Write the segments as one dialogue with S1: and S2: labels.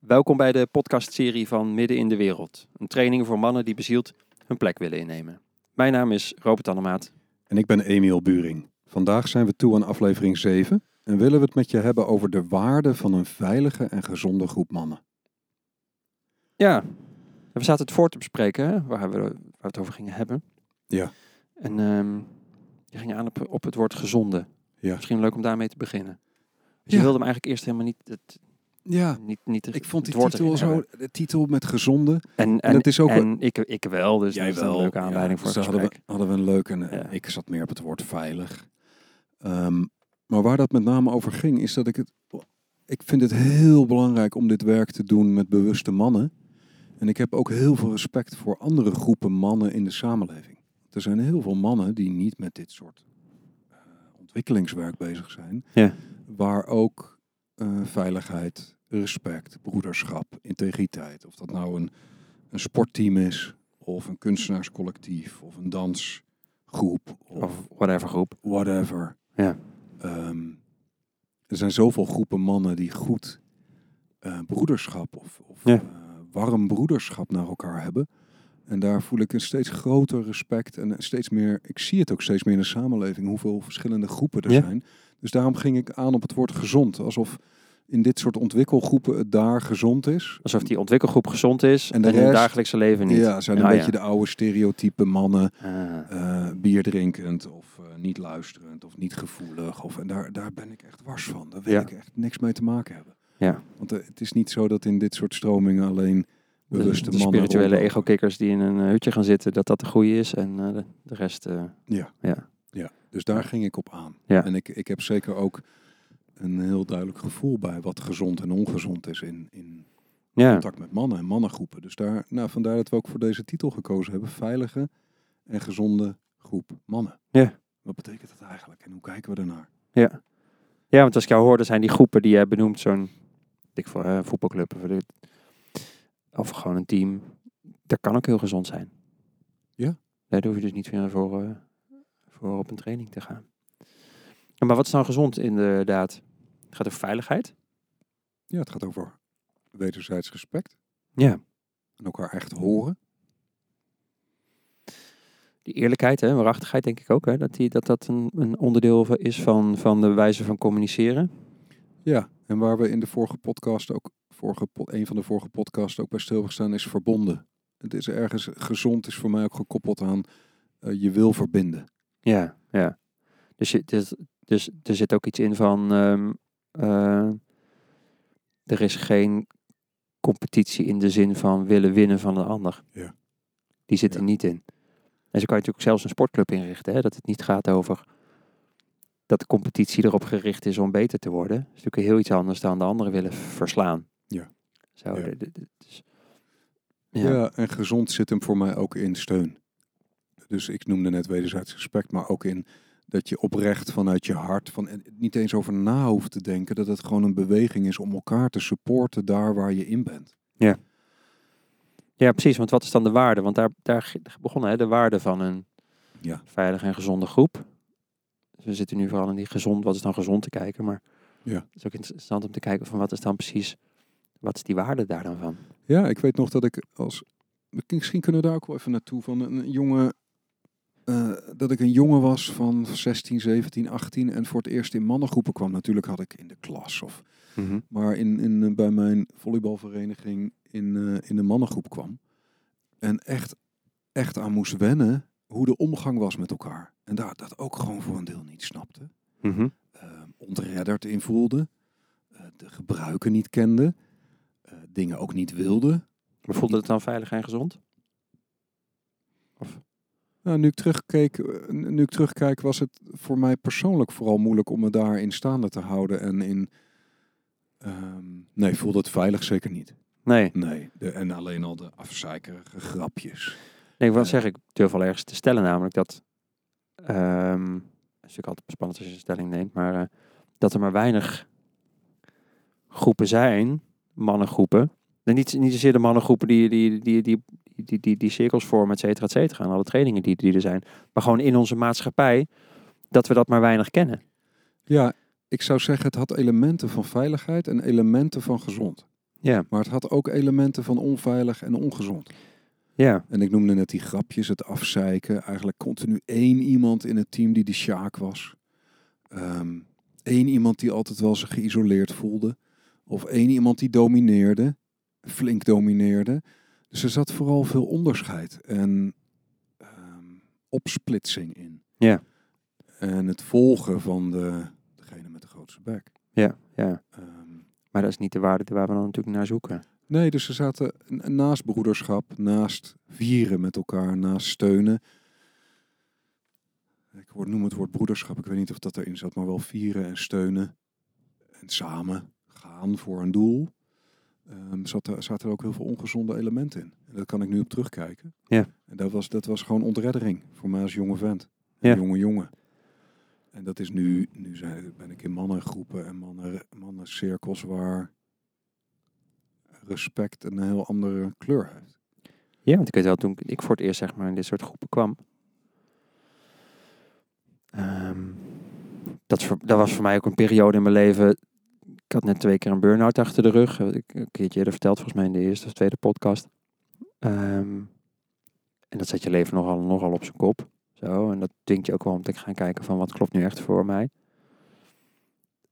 S1: Welkom bij de podcastserie van Midden in de Wereld. Een training voor mannen die bezield hun plek willen innemen. Mijn naam is Robert Annemaat.
S2: En ik ben Emiel Buring. Vandaag zijn we toe aan aflevering 7 en willen we het met je hebben over de waarde van een veilige en gezonde groep mannen.
S1: Ja, we zaten het voor te bespreken, hè, waar we waar we het over gingen hebben.
S2: Ja.
S1: En ehm, je ging aan op, op het woord gezonde.
S2: Ja.
S1: Misschien leuk om daarmee te beginnen. Dus je
S2: Ja.
S1: wilde hem eigenlijk eerst helemaal niet... Het,
S2: Ja,
S1: niet, niet
S2: ik vond die
S1: Dus het woord
S2: titel
S1: erin
S2: zo,
S1: hebben.
S2: de titel met gezonde.
S1: En,
S2: En
S1: en,
S2: het is ook...
S1: en ik, ik wel, dus
S2: jij
S1: dat is
S2: wel.
S1: een leuke aanleiding
S2: Ja,
S1: voor het
S2: dus daar hadden
S1: gesprek.
S2: we, hadden we een leuke... en, eh,
S1: Ja.
S2: Ik zat meer op het woord veilig. Ehm, maar waar dat met name over ging, is dat ik het... Ik vind het heel belangrijk om dit werk te doen met bewuste mannen. En ik heb ook heel veel respect voor andere groepen mannen in de samenleving. Er zijn heel veel mannen die niet met dit soort eh, ontwikkelingswerk bezig zijn.
S1: Ja.
S2: Waar ook eh, veiligheid, respect, broederschap, integriteit... Of dat nou een, een sportteam is, of een kunstenaarscollectief, of een dansgroep, of,
S1: Of whatever groep.
S2: whatever.
S1: Ja.
S2: Ehm, er zijn zoveel groepen mannen die goed eh, broederschap of, of
S1: Ja.
S2: eh, warm broederschap naar elkaar hebben. En daar voel ik een steeds groter respect en een steeds meer. Ik zie het ook steeds meer in de samenleving, hoeveel verschillende groepen er
S1: Ja.
S2: zijn. Dus daarom ging ik aan op het woord gezond. Alsof in dit soort ontwikkelgroepen het daar gezond is.
S1: Alsof die ontwikkelgroep gezond is en,
S2: En de
S1: in het
S2: rest-
S1: dagelijkse leven niet.
S2: Ja, zijn een
S1: Ah,
S2: beetje
S1: ja.
S2: de oude stereotype mannen.
S1: Ah.
S2: eh, bier drinkend of eh, niet luisterend of niet gevoelig. Of, en daar, daar ben ik echt wars van. Daar wil
S1: Ja.
S2: ik echt niks mee te maken hebben.
S1: Ja.
S2: Want eh, het is niet zo dat in dit soort stromingen alleen
S1: De- Dus
S2: bewuste
S1: de,
S2: mannen...
S1: spirituele
S2: rondlopen.
S1: ego-kikkers die in een eh, hutje gaan zitten, dat dat de goede is. En eh, de, de rest, eh,
S2: Ja.
S1: Ja.
S2: ja, dus daar ging ik op aan.
S1: Ja.
S2: En ik, ik heb zeker ook een heel duidelijk gevoel bij wat gezond en ongezond is in, in
S1: ja,
S2: contact met mannen en mannengroepen. Dus daar, nou, vandaar dat we ook voor deze titel gekozen hebben. Veilige en gezonde groep mannen.
S1: Ja.
S2: Wat betekent dat eigenlijk en hoe kijken we ernaar?
S1: ja. Ja, want als ik jou hoorde, zijn die groepen die jij benoemt, zo'n dik voor eh, voetbalclub of, dit, of gewoon een team, dat kan ook heel gezond zijn.
S2: Ja.
S1: Daar hoef je dus niet meer voor, eh, voor op een training te gaan. Ja, Maar wat is nou gezond inderdaad? Het gaat over veiligheid.
S2: Ja, het gaat over wederzijds respect
S1: Ja.
S2: en elkaar echt horen.
S1: die eerlijkheid en waarachtigheid denk ik ook. Hè, dat, die, dat dat een, een onderdeel va- is van, van de wijze van communiceren.
S2: Ja, en waar we in de vorige podcast ook, vorige, po- een van de vorige podcasts ook bij stilgestaan is verbonden. Het is ergens gezond, is voor mij ook gekoppeld aan eh, je wil verbinden.
S1: Ja, ja. Dus, je- dus, dus er zit ook iets in van... ehm, eh, er is geen competitie in de zin van willen winnen van een ander.
S2: Ja.
S1: Die zit er
S2: Ja.
S1: niet in. En zo kan je natuurlijk zelfs een sportclub inrichten. Hè, dat het niet gaat over dat de competitie erop gericht is om beter te worden. Dat is natuurlijk heel iets anders dan de anderen willen verslaan.
S2: Ja.
S1: Zo,
S2: Ja.
S1: de- de- de- dus-
S2: Ja. en gezond zit hem voor mij ook in steun. Dus ik noemde net wederzijds respect, maar ook in dat je oprecht vanuit je hart, van, en niet eens over na hoeft te denken, dat het gewoon een beweging is om elkaar te supporten daar waar je in bent.
S1: Ja, precies. Want wat is dan de waarde? Want daar, daar g- begonnen hè, de waarde van een
S2: Ja.
S1: veilige en gezonde groep. Dus we zitten nu vooral in die gezond, wat is dan gezond te kijken. Maar
S2: Ja.
S1: het is ook interessant om te kijken van wat is dan precies, wat is die waarde daar dan van?
S2: Ja, ik weet nog dat ik als. Misschien kunnen we daar ook wel even naartoe. Van een jongen. eh, dat ik een jongen was van 16, 17, 18. En voor het eerst in mannengroepen kwam. Natuurlijk had ik in de klas. Of, maar in, in, eh, bij mijn volleybalvereniging in, eh, in de mannengroep kwam. En echt, echt aan moest wennen hoe de omgang was met elkaar. En daar dat ook gewoon voor een deel niet snapte eh, ontredderd in voelde. eh, de gebruiken niet kende. eh, dingen ook niet wilde.
S1: Maar voelde het dan veilig en gezond?
S2: Nou, nu ik terugkeek, eh, nu ik terugkijk, was het voor mij persoonlijk vooral moeilijk om me daarin staande te houden en in. ehm, nee, voelde het veilig zeker niet.
S1: Nee.
S2: Nee, de, en alleen al de afzeikerige grapjes.
S1: Nee, wat
S2: Ja.
S1: zeg ik? durf wel ergens te stellen, namelijk dat. ehm het is natuurlijk altijd spannend als je een stelling neemt, maar eh, dat er maar weinig groepen zijn, mannengroepen. En niet, niet zozeer de mannengroepen die, die, die, die, die, die, die cirkels vormen, et cetera, et cetera. En alle trainingen die, die er zijn. Maar gewoon in onze maatschappij, dat we dat maar weinig kennen.
S2: Ja, ik zou zeggen, het had elementen van veiligheid en elementen van gezond.
S1: Ja,
S2: Maar het had ook elementen van onveilig en ongezond.
S1: ja,
S2: En ik noemde net die grapjes, het afzeiken. Eigenlijk continu één iemand in het team die de Sjaak was. Eén iemand die altijd wel zich geïsoleerd voelde. Of één iemand die domineerde, flink domineerde. Dus er zat vooral veel onderscheid en ehm, opsplitsing in.
S1: Ja.
S2: En het volgen van de, degene met de grootste bek.
S1: ja, ja.
S2: Ehm,
S1: Maar dat is niet de waarde waar we dan natuurlijk naar zoeken.
S2: Nee, dus ze zaten n- naast broederschap, naast vieren met elkaar, naast steunen. Ik hoor, noem het woord broederschap, ik weet niet of dat erin zat, maar wel vieren en steunen. En samen gaan voor een doel. Ehm zat er, zaten er ook heel veel ongezonde elementen in. En daar kan ik nu op terugkijken.
S1: Ja.
S2: En dat was, dat was gewoon ontreddering voor mij als jonge vent.
S1: Ja.
S2: Jonge jongen. En dat is nu, nu zijn, ben ik in mannengroepen en mannen, mannencirkels waar respect een heel andere kleur heeft.
S1: Ja, want ik weet wel, toen ik voor het eerst zeg maar in dit soort groepen kwam. ehm, dat, voor- dat was voor mij ook een periode in mijn leven. Ik had net twee keer een burn-out achter de rug. Heb Ik een keertje eerder verteld, volgens mij in de eerste of tweede podcast. Ehm, en dat zet je leven nogal, nogal op zijn kop. Zo, en dat dwingt je ook wel om te gaan kijken van wat klopt nu echt voor mij.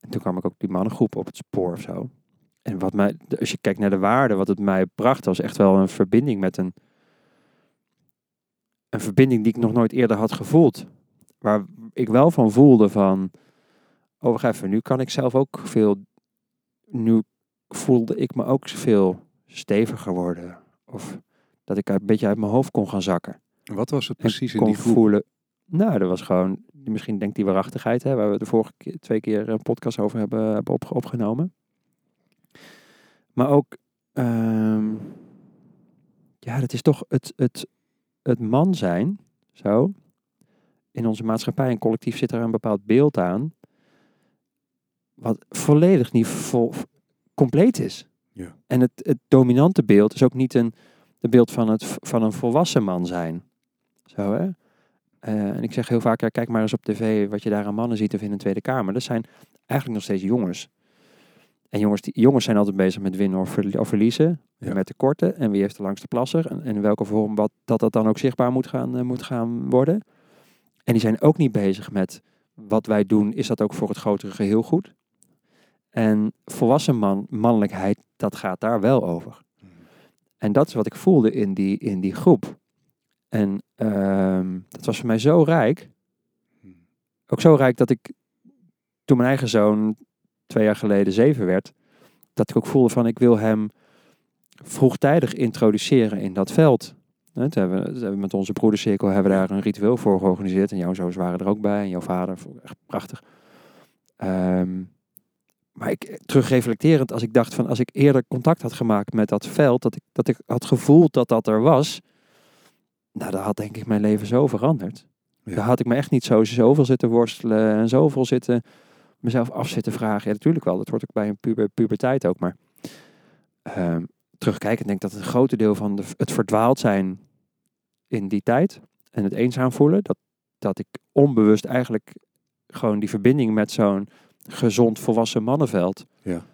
S1: En toen kwam ik ook die mannengroep op het spoor of zo. En wat mij, als je kijkt naar de waarde, wat het mij bracht, was echt wel een verbinding met een. Een verbinding die ik nog nooit eerder had gevoeld. Waar ik wel van voelde van. Oh, wacht even, nu kan ik zelf ook veel. Nu voelde ik me ook veel steviger worden. Of dat ik een beetje uit mijn hoofd kon gaan zakken.
S2: Wat was het
S1: En
S2: precies in
S1: kon
S2: die groep?
S1: voelen. Nou, dat was gewoon, misschien denkt die waarachtigheid, hè, waar we de vorige keer, twee keer een podcast over hebben, hebben opge- opgenomen. Maar ook, ehm, ja, dat is toch het, het, het man zijn, zo. In onze maatschappij en collectief zit er een bepaald beeld aan, wat volledig niet vol, compleet is.
S2: Ja.
S1: En het, het dominante beeld is ook niet een, het beeld van, het, van een volwassen man zijn. Zo hè. Eh, en ik zeg heel vaak, ja, kijk maar eens op tv wat je daar aan mannen ziet of in een Tweede Kamer. Dat zijn eigenlijk nog steeds jongens. En jongens, die, jongens zijn altijd bezig met winnen of, verlie- of verliezen.
S2: Ja.
S1: En met tekorten. En wie heeft de langste plasser. En, en in welke vorm wat, dat dat dan ook zichtbaar moet gaan, eh, moet gaan worden. En die zijn ook niet bezig met wat wij doen. Is dat ook voor het grotere geheel goed? En volwassen man, mannelijkheid, dat gaat daar wel over. En dat is wat ik voelde in die, in die groep. En ehm, dat was voor mij zo rijk.
S2: Hmm.
S1: Ook zo rijk dat ik toen mijn eigen zoon twee jaar geleden zeven werd, dat ik ook voelde van ik wil hem vroegtijdig introduceren in dat veld. Hè, Toen hebben, we- toen hebben we met onze broedercirkel hebben we daar een ritueel voor georganiseerd. En jouw zoons waren er ook bij. En jouw vader, vond ik echt prachtig. Ehm, maar ik, terugreflecterend, als ik dacht van als ik eerder contact had gemaakt met dat veld, dat ik, dat ik had gevoeld dat dat er was, nou, dat had denk ik mijn leven zo veranderd.
S2: Ja.
S1: Daar had ik me echt niet zo, zoveel zitten worstelen en zoveel zitten mezelf af zitten vragen. Ja, natuurlijk wel, dat hoort ook bij een puber, puberteit ook, maar ehm, terugkijkend denk ik dat een grote deel van de, het verdwaald zijn in die tijd en het eenzaam voelen, dat, dat ik onbewust eigenlijk gewoon die verbinding met zo'n gezond volwassen mannenveld
S2: Ja.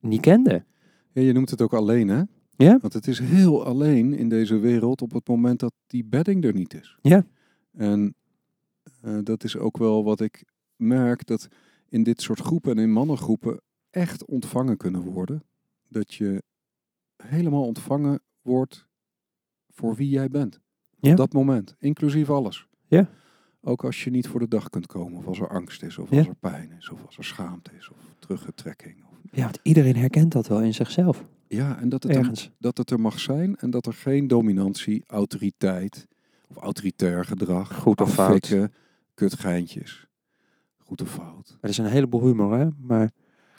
S1: niet kende.
S2: Ja, je noemt het ook alleen, hè?
S1: Ja.
S2: Want het is heel alleen in deze wereld op het moment dat die bedding er niet is.
S1: Ja.
S2: En eh, dat is ook wel wat ik merk, dat in dit soort groepen en in mannengroepen echt ontvangen kunnen worden. Dat je helemaal ontvangen wordt voor wie jij bent.
S1: Ja.
S2: Op dat moment, inclusief alles.
S1: Ja.
S2: Ook als je niet voor de dag kunt komen, of als er angst is, of
S1: Ja.
S2: als er pijn is, of als er schaamte is, of teruggetrekking. Of...
S1: Ja, want iedereen herkent dat wel in zichzelf,
S2: Ja, en dat het dan
S1: ergens.
S2: dat het er mag zijn en dat er geen dominantie, autoriteit of autoritair gedrag,
S1: Goed of fout.
S2: afkikken, kutgeintjes, goed of fout.
S1: Er is een heleboel humor, hè? Maar,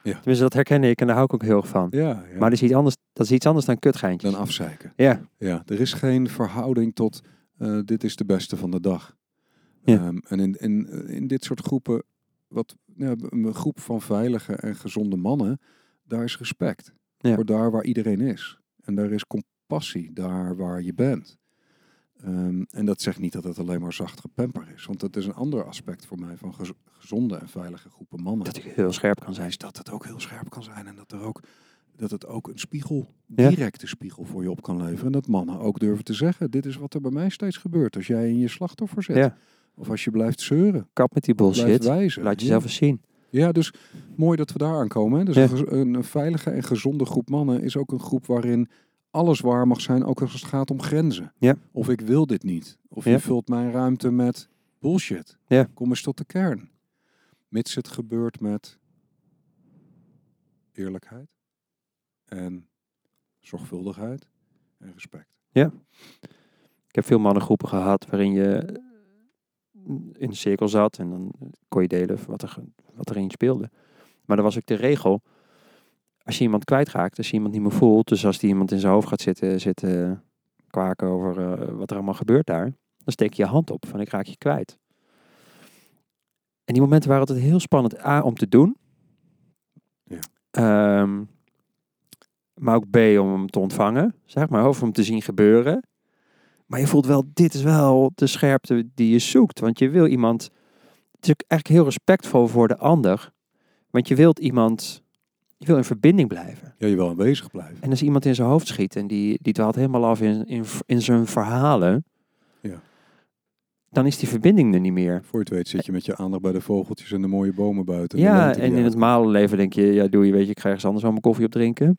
S2: Ja.
S1: Tenminste, dat herken ik en daar hou ik ook heel erg van.
S2: Ja, ja.
S1: Maar dat is iets anders, dat is iets anders dan
S2: dan
S1: kutgeintjes.
S2: afzeiken.
S1: ja,
S2: Ja, er is geen verhouding tot eh, dit is de beste van de dag.
S1: Ja.
S2: Ehm, en in, in, in dit soort groepen, wat, ja, een groep van veilige en gezonde mannen, daar is respect.
S1: Ja.
S2: Voor daar waar iedereen is. En daar is compassie, daar waar je bent. Ehm, en dat zegt niet dat het alleen maar zacht gepemper is. Want dat is een ander aspect voor mij van gez- gezonde en veilige groepen mannen
S1: dat ik heel scherp kan zijn.
S2: is dat het ook heel scherp kan zijn en dat er ook dat het ook een spiegel,
S1: Ja.
S2: directe spiegel voor je op kan leveren. En dat mannen ook durven te zeggen, dit is wat er bij mij steeds gebeurt. Als jij in je slachtoffer zit.
S1: Ja.
S2: Of als je blijft zeuren,
S1: Kap met die
S2: blijft
S1: bullshit.
S2: wijzen.
S1: Laat
S2: Ja.
S1: jezelf eens zien.
S2: Ja, dus mooi dat we daar aankomen. Hè? Dus
S1: Ja.
S2: een gez- een, een veilige en gezonde groep mannen is ook een groep waarin alles waar mag zijn, ook als het gaat om grenzen.
S1: Ja.
S2: Of ik wil dit niet. Of
S1: Ja.
S2: je vult mijn ruimte met bullshit.
S1: Ja.
S2: Kom eens tot de kern. Mits het gebeurt met eerlijkheid en zorgvuldigheid en respect.
S1: Ik heb veel mannengroepen gehad waarin je in een cirkel zat en dan kon je delen wat er, wat erin speelde. Maar dan was ook de regel, als je iemand kwijtraakt, als je iemand niet meer voelt, dus als die iemand in zijn hoofd gaat zitten, zitten kwaken over eh, wat er allemaal gebeurt daar, dan steek je je hand op van ik raak je kwijt. En die momenten waren altijd heel spannend, A, om te doen.
S2: Ja.
S1: Ehm, maar ook B, om hem te ontvangen, zeg maar, of hem te zien gebeuren. Maar je voelt wel, dit is wel de scherpte die je zoekt. Want je wil iemand. Het is ook eigenlijk heel respectvol voor de ander. Want je wilt iemand. Je wil in verbinding blijven.
S2: Ja, je wil aanwezig blijven.
S1: En als iemand in zijn hoofd schiet en die, die dwaalt helemaal af in, in, in zijn verhalen.
S2: Ja.
S1: Dan is die verbinding er niet meer.
S2: Voor je het weet zit je met je aandacht bij de vogeltjes en de mooie bomen buiten. de
S1: ja,
S2: lente die
S1: en in
S2: uit-
S1: het malenleven denk je, ja, doe je, weet je, ik ga ergens anders wel mijn koffie op drinken.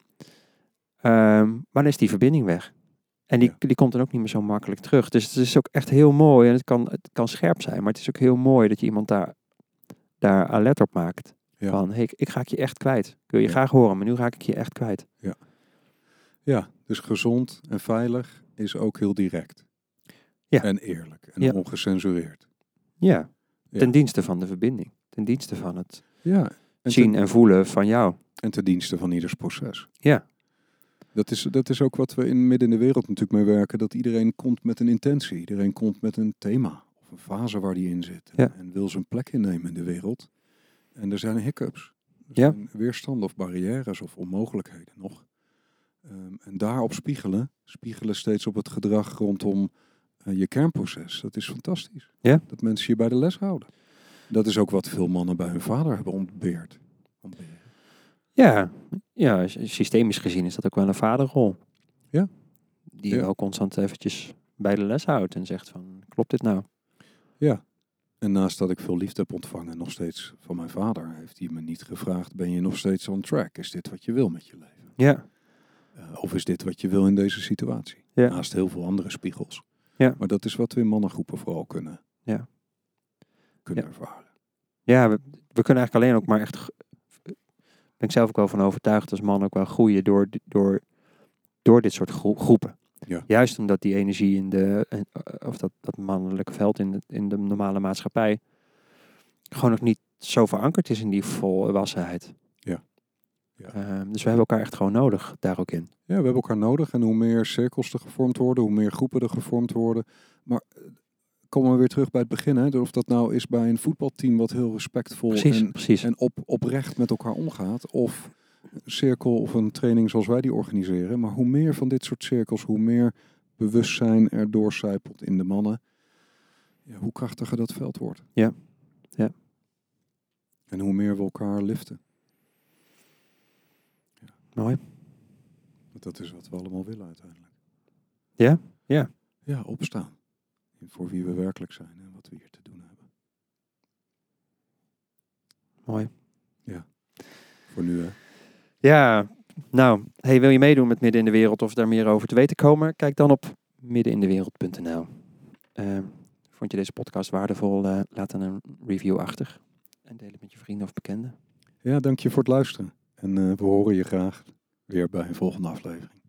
S1: Ehm, maar dan is die verbinding weg. En die, die komt dan ook niet meer zo makkelijk terug. Dus het is ook echt heel mooi. En het kan, het kan scherp zijn, maar het is ook heel mooi dat je iemand daar, daar alert op maakt.
S2: Ja.
S1: Van, hey, ik, ik ga ik je echt kwijt. Ik wil je
S2: Ja.
S1: graag horen, maar nu raak ik je echt kwijt.
S2: Ja, dus gezond en veilig is ook heel direct.
S1: Ja.
S2: En eerlijk en
S1: Ja.
S2: ongecensureerd.
S1: Ja.
S2: Ja.
S1: Ten dienste van de verbinding. Ten dienste van het
S2: Ja. En,
S1: zien
S2: ten,
S1: en voelen van jou.
S2: en ten dienste van ieders proces.
S1: Ja.
S2: Dat is, dat is ook wat we in midden in de wereld natuurlijk mee werken. Dat iedereen komt met een intentie. Iedereen komt met een thema. Of een fase waar die in zit.
S1: Ja.
S2: En wil zijn plek innemen in de wereld. En er zijn hiccups. Er
S1: Ja.
S2: zijn weerstanden of barrières of onmogelijkheden nog. Ehm, en daarop spiegelen. Spiegelen steeds op het gedrag rondom eh, je kernproces. Dat is fantastisch.
S1: Ja.
S2: Dat mensen je bij de les houden. Dat is ook wat veel mannen bij hun vader hebben ontbeerd. Ontberen.
S1: Ja, ja, s- systemisch gezien is dat ook wel een vaderrol.
S2: Ja.
S1: Die
S2: Ja.
S1: wel constant eventjes bij de les houdt en zegt van, klopt dit nou?
S2: En naast dat ik veel liefde heb ontvangen, nog steeds van mijn vader, heeft hij me niet gevraagd: ben je nog steeds on track? Is dit wat je wil met je leven?
S1: Ja,
S2: Eh, of is dit wat je wil in deze situatie?
S1: Ja.
S2: Naast heel veel andere spiegels.
S1: Ja.
S2: Maar dat is wat we in mannengroepen vooral kunnen,
S1: Ja.
S2: kunnen
S1: Ja.
S2: ervaren.
S1: ja we, we kunnen eigenlijk alleen ook maar echt... g- eh, Ben ik zelf ook wel van overtuigd als man ook wel groeien door, di- door, door dit soort gro- groepen.
S2: Ja.
S1: Juist omdat die energie in de... in- eh, of dat, dat mannelijke veld in de, in de normale maatschappij... gewoon nog niet zo verankerd is in die volwassenheid.
S2: Ja. Ja.
S1: Ehm, dus we hebben elkaar echt gewoon nodig daar ook in.
S2: Ja, we hebben elkaar nodig. En hoe meer cirkels er gevormd worden, hoe meer groepen er gevormd worden. Maar eh, komen we weer terug bij het begin. Hè? Of dat nou is bij een voetbalteam wat heel respectvol
S1: Precies,
S2: en
S1: precies.
S2: en op, oprecht met elkaar omgaat. Of een cirkel of een training zoals wij die organiseren. Maar hoe meer van dit soort cirkels, hoe meer bewustzijn er doorcijpelt in de mannen. Ja, hoe krachtiger dat veld wordt.
S1: Ja. Ja.
S2: En hoe meer we elkaar liften.
S1: Mooi.
S2: Want dat is wat we allemaal willen uiteindelijk.
S1: Ja? Ja.
S2: Ja, opstaan. Voor wie we werkelijk zijn en wat we hier te doen hebben.
S1: Mooi.
S2: Voor nu hè.
S1: Ja, nou, hey, wil je meedoen met Midden in de Wereld of daar meer over te weten komen? Kijk dan op middenindewereld.nl. Eh, vond je deze podcast waardevol? Eh, laat dan een review achter. En deel het met je vrienden of bekenden.
S2: Ja, dank je voor het luisteren. En eh, we horen je graag weer bij een volgende aflevering.